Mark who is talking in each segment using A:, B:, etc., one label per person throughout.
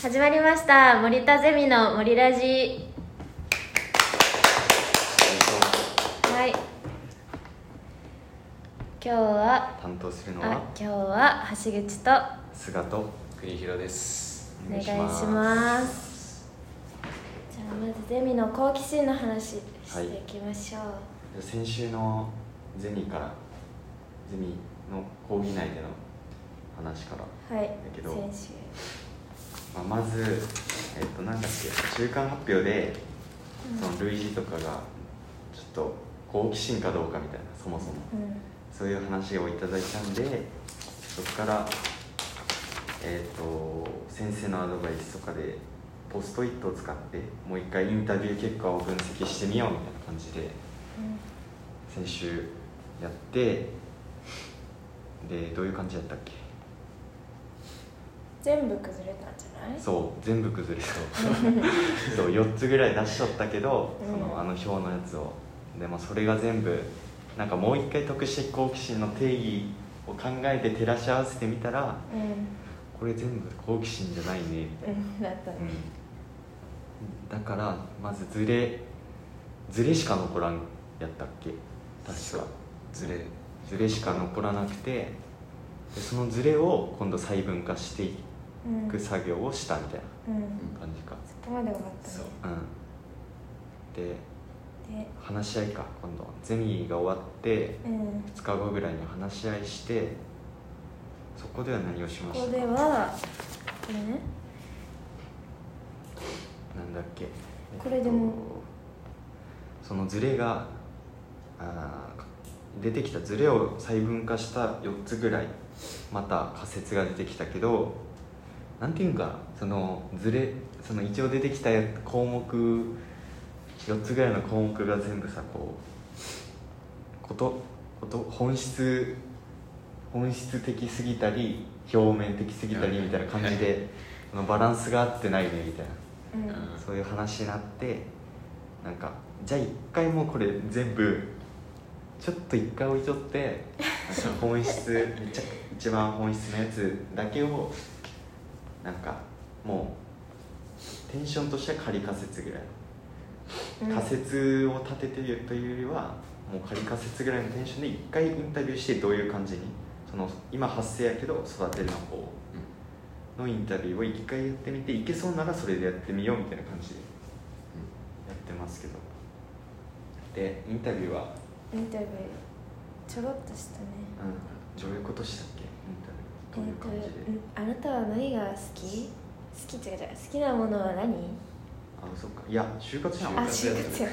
A: 始まりました森田ゼミの森ラジはい今日は
B: 担当するの
A: あ
B: は
A: 今日は橋口と
B: 菅と
C: 国広です
A: お願いしますじゃあまずゼミの好奇心の話していきましょう、
B: 先週のゼミからゼミの講義内での話から、
A: はい、先
B: けど
A: 週
B: まあ、まずえっとなんだっけ中間発表でその類似とかがちょっと好奇心かどうかみたいなそもそも
A: う
B: そういう話をいただいたんでそこから、えー、と先生のアドバイスとかでポストイットを使ってもう一回インタビュー結果を分析してみようみたいな感じで
A: ん
B: 先週やってでどういう感じだったっけ
A: 全部崩れたんじゃない
B: そう全部崩れそう そう4つぐらい出しとったけど、
A: うん
B: そのあの表のやつをでもそれが全部なんかもう一回特殊好奇心の定義を考えて照らし合わせてみたら
A: う
B: これ全部好奇心じゃないねみたい
A: ん、う
B: な、
A: ん、だったね
B: うん、だからまずズレズレしか残らんやったっけ確か
C: ズレ
B: ズレしか残らなくてでそのズレを今度細分化してい
A: うん、
B: く作業をしたみたい
A: うん、
B: な感じか
A: そこまで終わったね
C: そ
B: う
C: う
B: んで
A: で
B: 話し合いか今度ゼミが終わって
A: うん
B: 2日後ぐらいに話し合いしてそこでは何をしま
A: こ
B: し
A: こ
B: た
A: で
B: か
A: はこれね
B: なんだっけ
A: これでも
B: えっとそのズレがあー出てきたズレを細分化した4つぐらいまた仮説が出てきたけどなんていうんかなそのズレその一応出てきた項目4つぐらいの項目が全部さこうことこと本質本質的すぎたり表面的すぎたりみたいな感じ
C: はい
B: で、そのバランスが合ってないねみたいな。
A: うん
C: うん
B: そういう話になってなんかじゃあ一回もうこれ全部ちょっと一回置いとってなんか本質めっちゃ一番本質のやつだけをなんかもうテンションとしては仮仮説ぐらい、
A: うん
B: 仮説を立ててるというよりはもう仮仮説ぐらいのテンションで一回インタビューしてどういう感じにその今発生やけど育てるの方をのインタビューを一回やってみていけそうならそれでやってみようみたいな感じでやってますけどでインタビューは、
A: インタビューちょろっとしたね
B: うん、どういうことしたっけインタビューどういう感じで、
A: えっとうんあなたは何が好き好き違う違う好きなものは何
B: あそっかいや就活じゃん
A: あ就活や就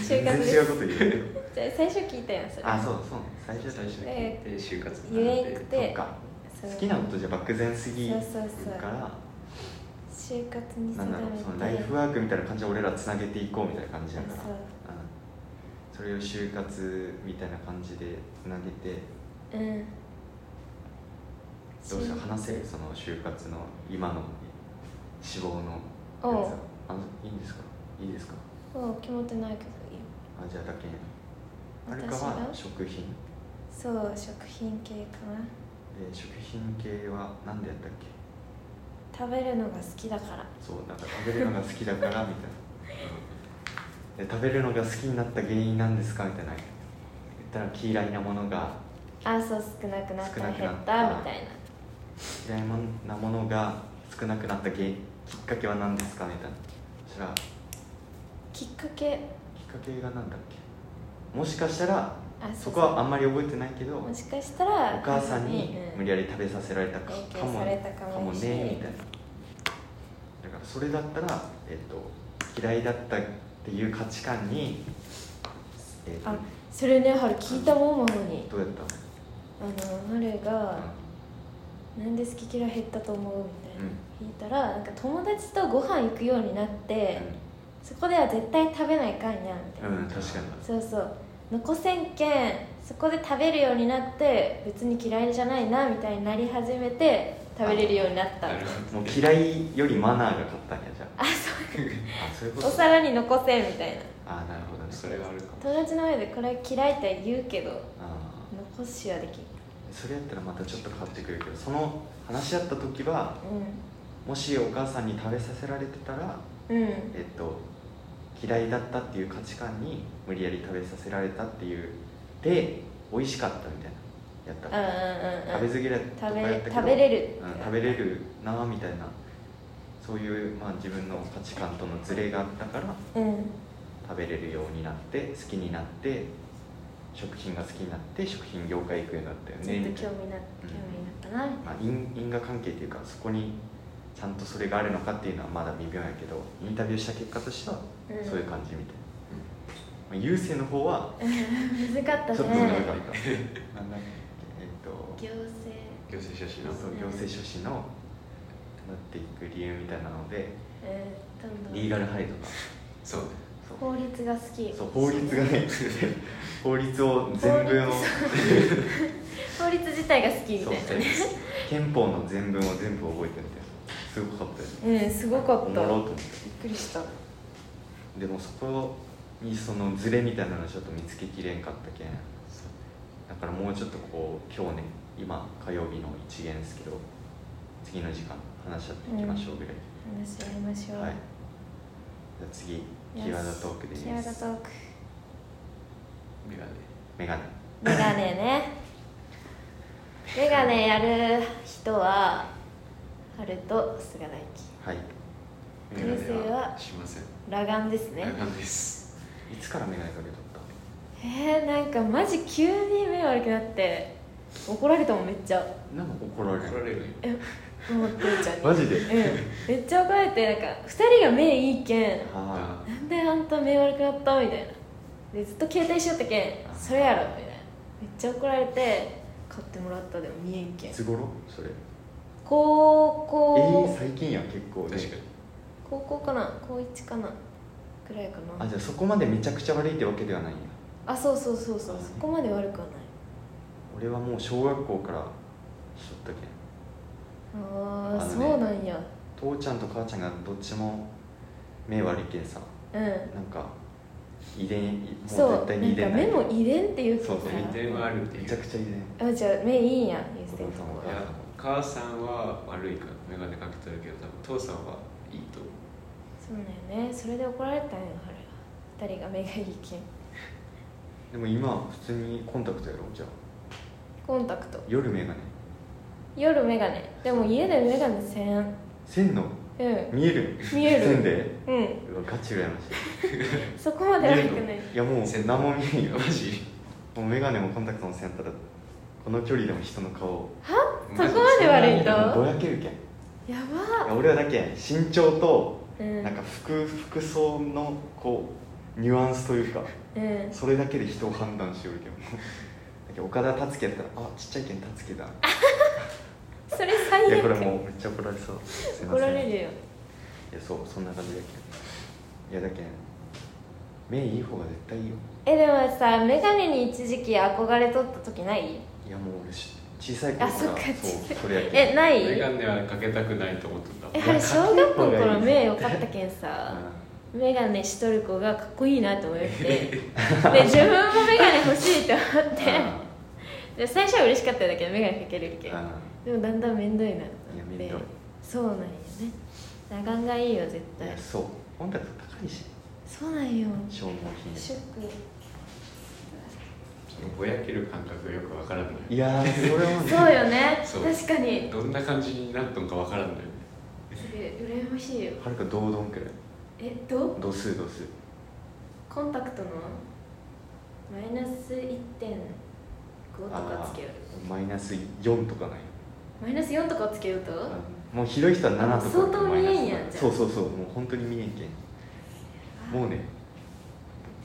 A: 活
B: 全
A: です
B: 然違うこと言うよ
A: じゃあ最初聞いたやんそれ
B: あそうそう最初だ
C: 最初に聞いて就活
A: 言
C: になっ
A: えんく
C: て
B: そってか
A: そう
B: 好きなことじゃ漠然すぎ
A: そ
B: るか
A: うそうそう
B: ら
A: 就活に定
B: なんだろ
A: め
B: う
A: て
B: そのライフワークみたいな感じで俺らつなげていこうみたいな感じだから
A: そう
B: うん、それを就活みたいな感じでつなげて
A: うん
B: どうしよう
A: 就活
B: 話せるその就活の今の志望のやつ
A: おう
B: はあのいいんですかいいですか
A: もう決まってないけどいいよ
B: あじゃあだけあるか
A: 私が
B: は食品
A: そう食品系かな
B: で食品系は何でやったっけ
A: 食べるのが好きだから
B: そうなんか食べるのが好きだから みたいなで食べるのが好きになった原因なんですかみたいな言ったら嫌いなものが
A: あそう少なくなった
B: 少なく
A: 減
B: な
A: っ
B: ったた
A: みたいな
B: 嫌いなものが少なくなった原因きっかけは何ですかみたいなそしたら
A: きっかけ
B: きっかけが何だっけもしかしたら
A: あ
B: そこはあんまり覚えてないけどお
A: もしかしたら
B: 母さんに無理
A: や
B: やり食べさせられたか
A: 影
B: か
A: 響
B: も
A: されたか
B: か
A: も
B: も
A: し
B: ねみたいなだからそれだったら、えっと嫌いだったっていう価値観に、えっと
A: あそれね春聞いたもんママに
B: どうやった
A: あの春が「なんで好き嫌い減ったと思う?」みたいな、
B: うん
A: 聞いたらなんか友達とご飯行くようになって、
B: う
A: そこでは絶対食べないかんやんみたいな、
B: ん、うん、確かに
A: そうそう残せんけんそこで食べるようになって別に嫌いじゃないなみたいになり始めて食べれるようになった
C: なるほど
B: もう嫌いよりマナーが勝ったんやじゃああそういうこと
A: お皿に残せんみたいな
B: あなるほどね
C: それはあるかも
A: 友達の前でこれ嫌いとは言うけど
B: あ
A: 残しはできん
B: ーそれやったらまたちょっと変わってくるけどその話し合った時は
A: う
B: もしお母さんに食べさせられてたら
A: うん
B: えっと嫌いだったっていう価値観に無理やり食べさせられたっていうで美味しかったみたいなやった
A: うんうんうん
B: 食べず嫌いとかやったけ
A: 食べ
B: ど
A: 食べれる
B: うん、食べれるなみたいなそういう、まあ、自分の価値観とのズレがあったから
A: うん
B: 食べれるようになって好きになって食品が好きになって食品業界行くようになったよ
A: ちょっ
B: ね
A: と
B: みた
A: 興
B: い
A: 味な興味
B: な、
A: になったな
B: まあ、因因果関係っていうかそこにちゃんとそれがあるのかっていうのはまだ微妙やけどインタビューした結果としては
A: うん
B: そういう感じみたいな、まあ、優勢の方は
A: 難かっ
B: ち
A: た
B: ょっと長かっ
A: ね
B: た、 なんだっけえっと
A: 行政
C: 行政書士の
B: そう行政書士のなっていく理由みたいなので
A: えーどんどん
B: リーガルハイドが
C: そうね
B: そう
A: 法律が好き
B: そう法律 がね法律を全文を
A: 法律自体が好きみた
B: そう
A: いなね
B: 憲法の全文を全部覚えてるみたいなすごかったよね
A: うんすごか
B: お
A: っ
B: も
A: た
B: ろ
A: びっ
B: と思って
A: くりした
B: でもそこにそのズレみたいなのちょっと見つけきれんかったけんだからもうちょっとこう今日ね今火曜日の一限ですけど次の時間話し合っていきましょうぐらい、
A: 話し合いましょう、
B: はいじゃあ次キーワードトークで
A: キーワード
B: す
A: トーク
C: メガネ
B: メガネ
A: メガネね メガネやる人は春と菅大輝
B: はい
A: メガネは
C: メガネはしません
A: 裸眼です ね
C: 裸眼です
B: いつからメガネかけとった
A: えー、なんかマジ急に目悪くなって怒られたもんめっちゃ
B: なんか怒られる
C: 怒られるよ
A: 思ってるちゃ んに
B: マジで
A: うんめっちゃ怒られてなんか2人が目いいけん
B: あ
C: あ
A: なんであんた目悪くなったみたいなでずっと携帯しよったけんそれやろみたいなめっちゃ怒られて買ってもらったでも見えん
B: あ
A: け
B: い
A: ん
B: つ頃それ
A: 高
B: え
A: 校
B: ー、最近やん結構
C: 確
B: ね
C: かに
A: 高校かな高1かなくらいか
B: あ
A: な
B: じゃあそこまでめちゃくちゃ悪いってわけではないんや
A: あそうそうそうそう
B: あ
A: そこまで悪くはない
B: 俺はもう小学校からしとったけん
A: ああ
B: あのね
A: そうなんや
B: 父ちゃんと母ちゃんがどっちも目悪いけんさ
A: うん
B: なんか遺伝もう
A: そうなん
B: 絶
A: か
B: 対に遺伝
A: 目も遺伝っていうか
B: そうそう
C: 遺伝はあるってい
B: め
C: う
B: ちゃくちゃ遺伝
A: あじゃあ目いいんや優先さん
B: お
A: は
B: 父
C: いや母さんは悪いからメガネかけてるけど多分父さんはいいと思う
A: そうだよねそれで怒られたんや春が2人が目がいいけん
B: でも今は普通にコンタクトやろじゃあ
A: コンタクト
B: 夜メガネ
A: 夜眼鏡でも家で眼鏡せんうん
B: 線の見える
A: 見える
B: 線で
A: うん
B: うわガチ羨ましい
A: そこまで悪くない
B: いやもう
C: 線
B: 何も見えんよ
C: マジ
B: もうメガネもコンタクトもせんやったらこの距離でも人の顔を
A: そこまで悪いと
B: もうぼやけるけんい
A: やば
B: や俺はだけん身長と
A: うん
B: なんか服服装のこうニュアンスというか
A: うん
B: それだけで人を判断しよるけどだけど岡田達樹やったらあちっちゃいけん達樹だ
A: それ最
B: い
A: 悪
B: やこれもうめっちゃ怒られそうすいま
A: 怒
B: せん
A: られ
B: い
A: るよ
B: やそうそんな感じだけんいやだけん目いい方が絶対いいよ
A: えでもさ眼鏡に一時期憧れとった時ない
B: いやもう俺し小さい頃
A: あ
B: から
A: そっか小さ
B: そ
A: いう
B: それやけん
A: えな
C: メ
A: い
C: ガネはかけたくないと思ってた
A: え
B: や
A: あれ小学校の
B: かっこいい
A: 頃
B: よ
A: 目良かったけんさ眼鏡しとる子がかっこいいなと思ってで自分も眼鏡欲しいと思っ
B: う
A: てで最初は嬉しかったんだけど眼鏡かけれるけ
B: ん
A: ん
B: うん
A: でもだんだん面倒になって
B: いやめんどい
A: そうなんよね裸眼がいいよ絶
B: い
A: 対
B: やそうコンタクト高いし
A: そうなんよ
B: 消耗
A: シ
B: 品
A: ョック
C: ぼやける感覚がよくわからない
B: いやーそれもね
A: そうよね
C: そう
A: 確かに
C: どんな感じになったのかわからんのよね
A: それ羨ましいよ
B: はるかどうどんくらい
A: えどう
B: 度数度数
A: コンタクトのマイナス1.5とかつけよる
B: あーマイナス4とかない
A: マイナス4とかをつけようと
B: もうひどい人は7とか
A: 相当見えんやん
B: マイナス
A: じゃあ
B: そうそうそうもう本当に見えんけんもうね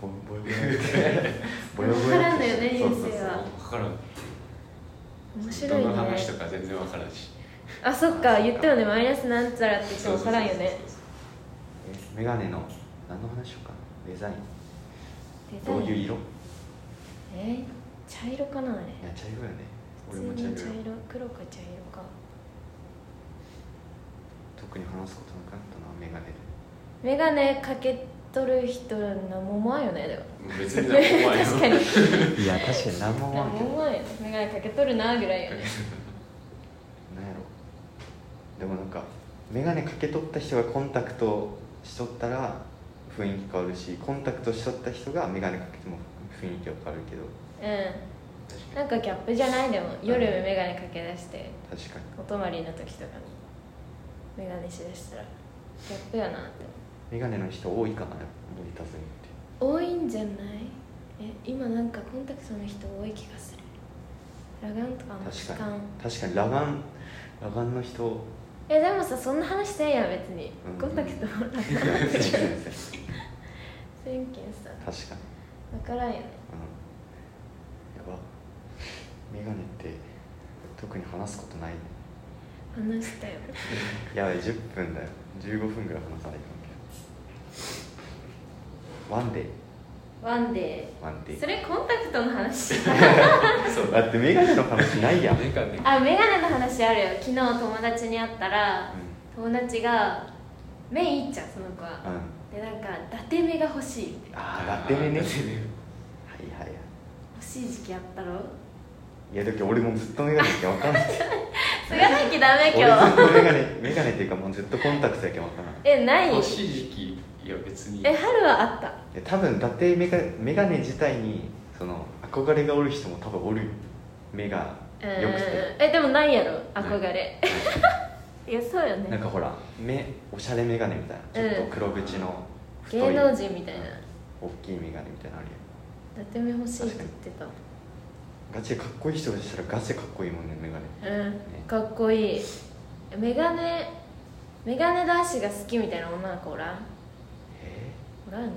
B: ぼぼやぼやってぼやぼや
A: わからんのよね
B: そうそうそう
A: 人生は
C: わからん
A: 面白い
C: ど
A: ね
C: の話とか全然わからんし
A: あそっか言ったよねマイナスなんちゃらって言っても分からんよね
B: えメガネの何の話しようかなデ ザイン
A: デザイ
B: ど
A: ン
B: ういう色い
A: えー茶色かなあれ
B: や茶色やね
A: 普
B: 俺
A: 通
B: も
A: に
B: 茶
A: 茶
B: 色
A: 色黒か茶色か
B: 特に話すことなくなったなメガネで
A: 眼鏡かけとる人なんも思わんよねでも
C: そうそう別に何も怖 い
A: 確かに
B: いや確かに何も思わ
A: 何
B: んけど
A: も思わんよね眼鏡かけとるなぐらいよね
B: なんやろでもなんか眼鏡かけとった人がコンタクトしとったら雰囲気変わるしコンタクトしとった人が眼鏡かけても雰囲気は変わるけど
A: う
C: 確
A: ん
C: か
A: な
C: に
A: んかギャップじゃないでも夜眼鏡かけ出して
B: 確かに
A: お泊まりの時とかに眼鏡しだしたらギャップやなって
B: 眼鏡の人多いかなやっぱ森田さんって
A: 多いんじゃないえ今なんかコンタクトの人多い気がする裸眼とかも
B: 確
A: 時
B: かに
A: 間
B: 確かに裸眼裸眼の人
A: えでもさそんな話せんやん別に、
B: うん
A: コンタクトも裸眼
B: いや全然全然
A: せんけんさ
B: 確か
A: 分
B: に
A: からんよね
B: うんやば眼鏡って特に話すことないね
A: 話したよ
B: やばい10分だよ15分ぐらい話さないとワンデー
A: ワンデ
B: ワンデ
A: ー
B: ー
A: それコンタクトの話
C: そう
B: だって眼鏡の話ないやん、うん、
C: 眼鏡
A: あ眼鏡の話あるよ昨日友達に会ったら友達が目いいっちゃうその子は
B: うん、
A: でなんか伊達目が欲しいみたいな
B: ああだってねね
C: 伊
B: はい
C: 達目
B: はいはい
A: 欲しい時期あった ろ
B: いやだって俺もずっと眼鏡って分かんない
A: 菅田家ダメ
B: 俺ずっ
A: 今日
B: と眼鏡眼鏡っていうかもうずっとコンタクトやけん分からんい
A: えない
C: 欲しい時期いや別に
A: え春はあった
B: や多分だって眼鏡眼鏡自体にその憧れがおる人も多分おるよ目が
A: うん
B: 良くて、
A: えでもないやろ憧 れいやそうよ
B: なん
A: ね
B: かほら目おしゃれ眼鏡みたいなちょっと黒縁の太い、
A: 芸能人みたいな
B: 大きい眼鏡みたいなのあるよ
A: 伊達目欲しいって言ってた
B: ガチでかっこいい人でしたらガチでかっこいいもんね眼鏡
A: うんかっこいいメガネメガネ男子が好きみたいな女の子おらん
B: え
A: おらん
B: ー、なんや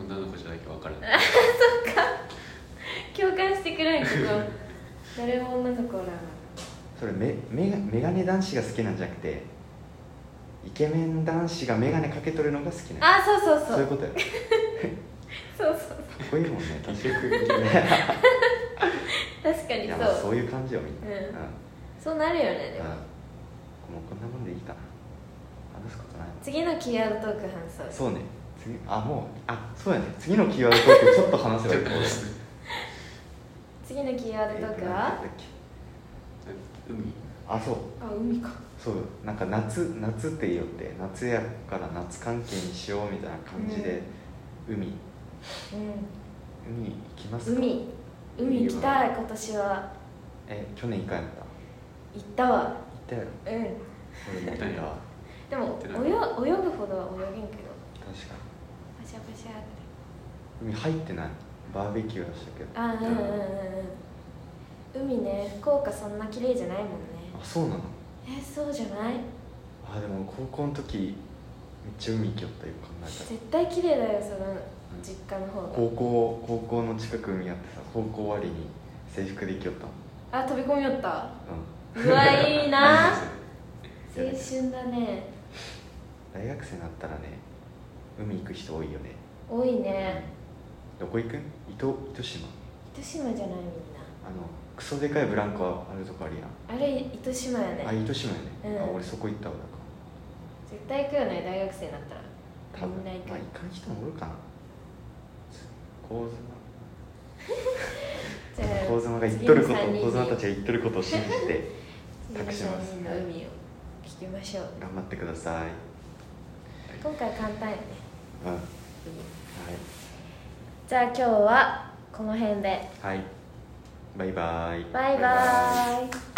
C: 女の子じゃないか分から ない
A: 共感してくれんけど 誰も女の子おらんわ
B: ろそれめめが眼鏡男子が好きなんじゃなくてイケメン男子が眼鏡かけとるのが好きなの
A: あそうそう
B: そう
A: そ
B: いう
A: う
B: ことやかっ
A: そうそう
B: こいいもんね確か
C: 結局イケメン
A: 確か
B: にい
A: に
B: やまあ
A: そ
B: そうういう感じよみんな
A: うん
B: うん、
A: そうなるよねで
B: うん
A: も
B: もうこんなもんでいいかな話すことない
A: 次のキーワードトーク話そう
B: そうね次あもうあそうやね次のキーワードトークちょっと話せばいい かもしれない
A: 次のキーワードトークは
C: 海
B: あそう
A: あ海か
B: そうなんか夏夏って言いよって夏やから夏関係にしようみたいな感じで、海
A: う
B: 海行きます
A: ん
B: か
A: 海海行きたい今年は
B: え去年一回やった行
A: 行ったわ
B: ったやろ
A: うん
B: 俺も行った
C: 行った
B: わ
A: でも
C: ってな
A: 泳泳ぐほどは泳げんけど
B: 確か
A: パシャパシャって
B: に海入ってないバーベキューはしたけど
A: あうんうんうんうん海ね福岡そんな綺麗じゃないもんね
B: あそうなの
A: えそうじゃない
B: あでも高校の時めっちゃ海行きよったよ考え
A: 絶対綺麗だよその
B: ん
A: 実家の方
B: たら
A: が
B: 高校高校の近く海あってさ高校終わりに制服で行きよったもん
A: あ飛び込みよ った
B: う
A: う
B: ん
A: わいいな青
B: いい
A: 春
B: で
A: だね
B: 大学生になったらね海行く人多いよね
A: 多いね
B: どこ行くん糸糸島
A: 糸島じゃないみんな
B: あのクソでかいブランコあるとこあるや
A: あ
B: ん
A: れ糸島や
B: あ
A: ね
B: 糸島よね、
A: うん
B: あ俺そこ行ったわだか
A: 絶対行くよね大学生になったら
B: ら多分
A: みんな行く
B: まあ行かん人もおるかな高妻
A: じゃあ
B: 高妻が言っとること
A: 次の三
B: 高妻
A: 人
B: たちが言っとることを信じて
A: 次の
B: 託します
A: 三人の海を聞きましょう
B: 頑張ってください
A: 今回簡単やね
B: うんは
A: じゃあ今日はこの辺で
B: いはいバイバイ
A: バイバーイ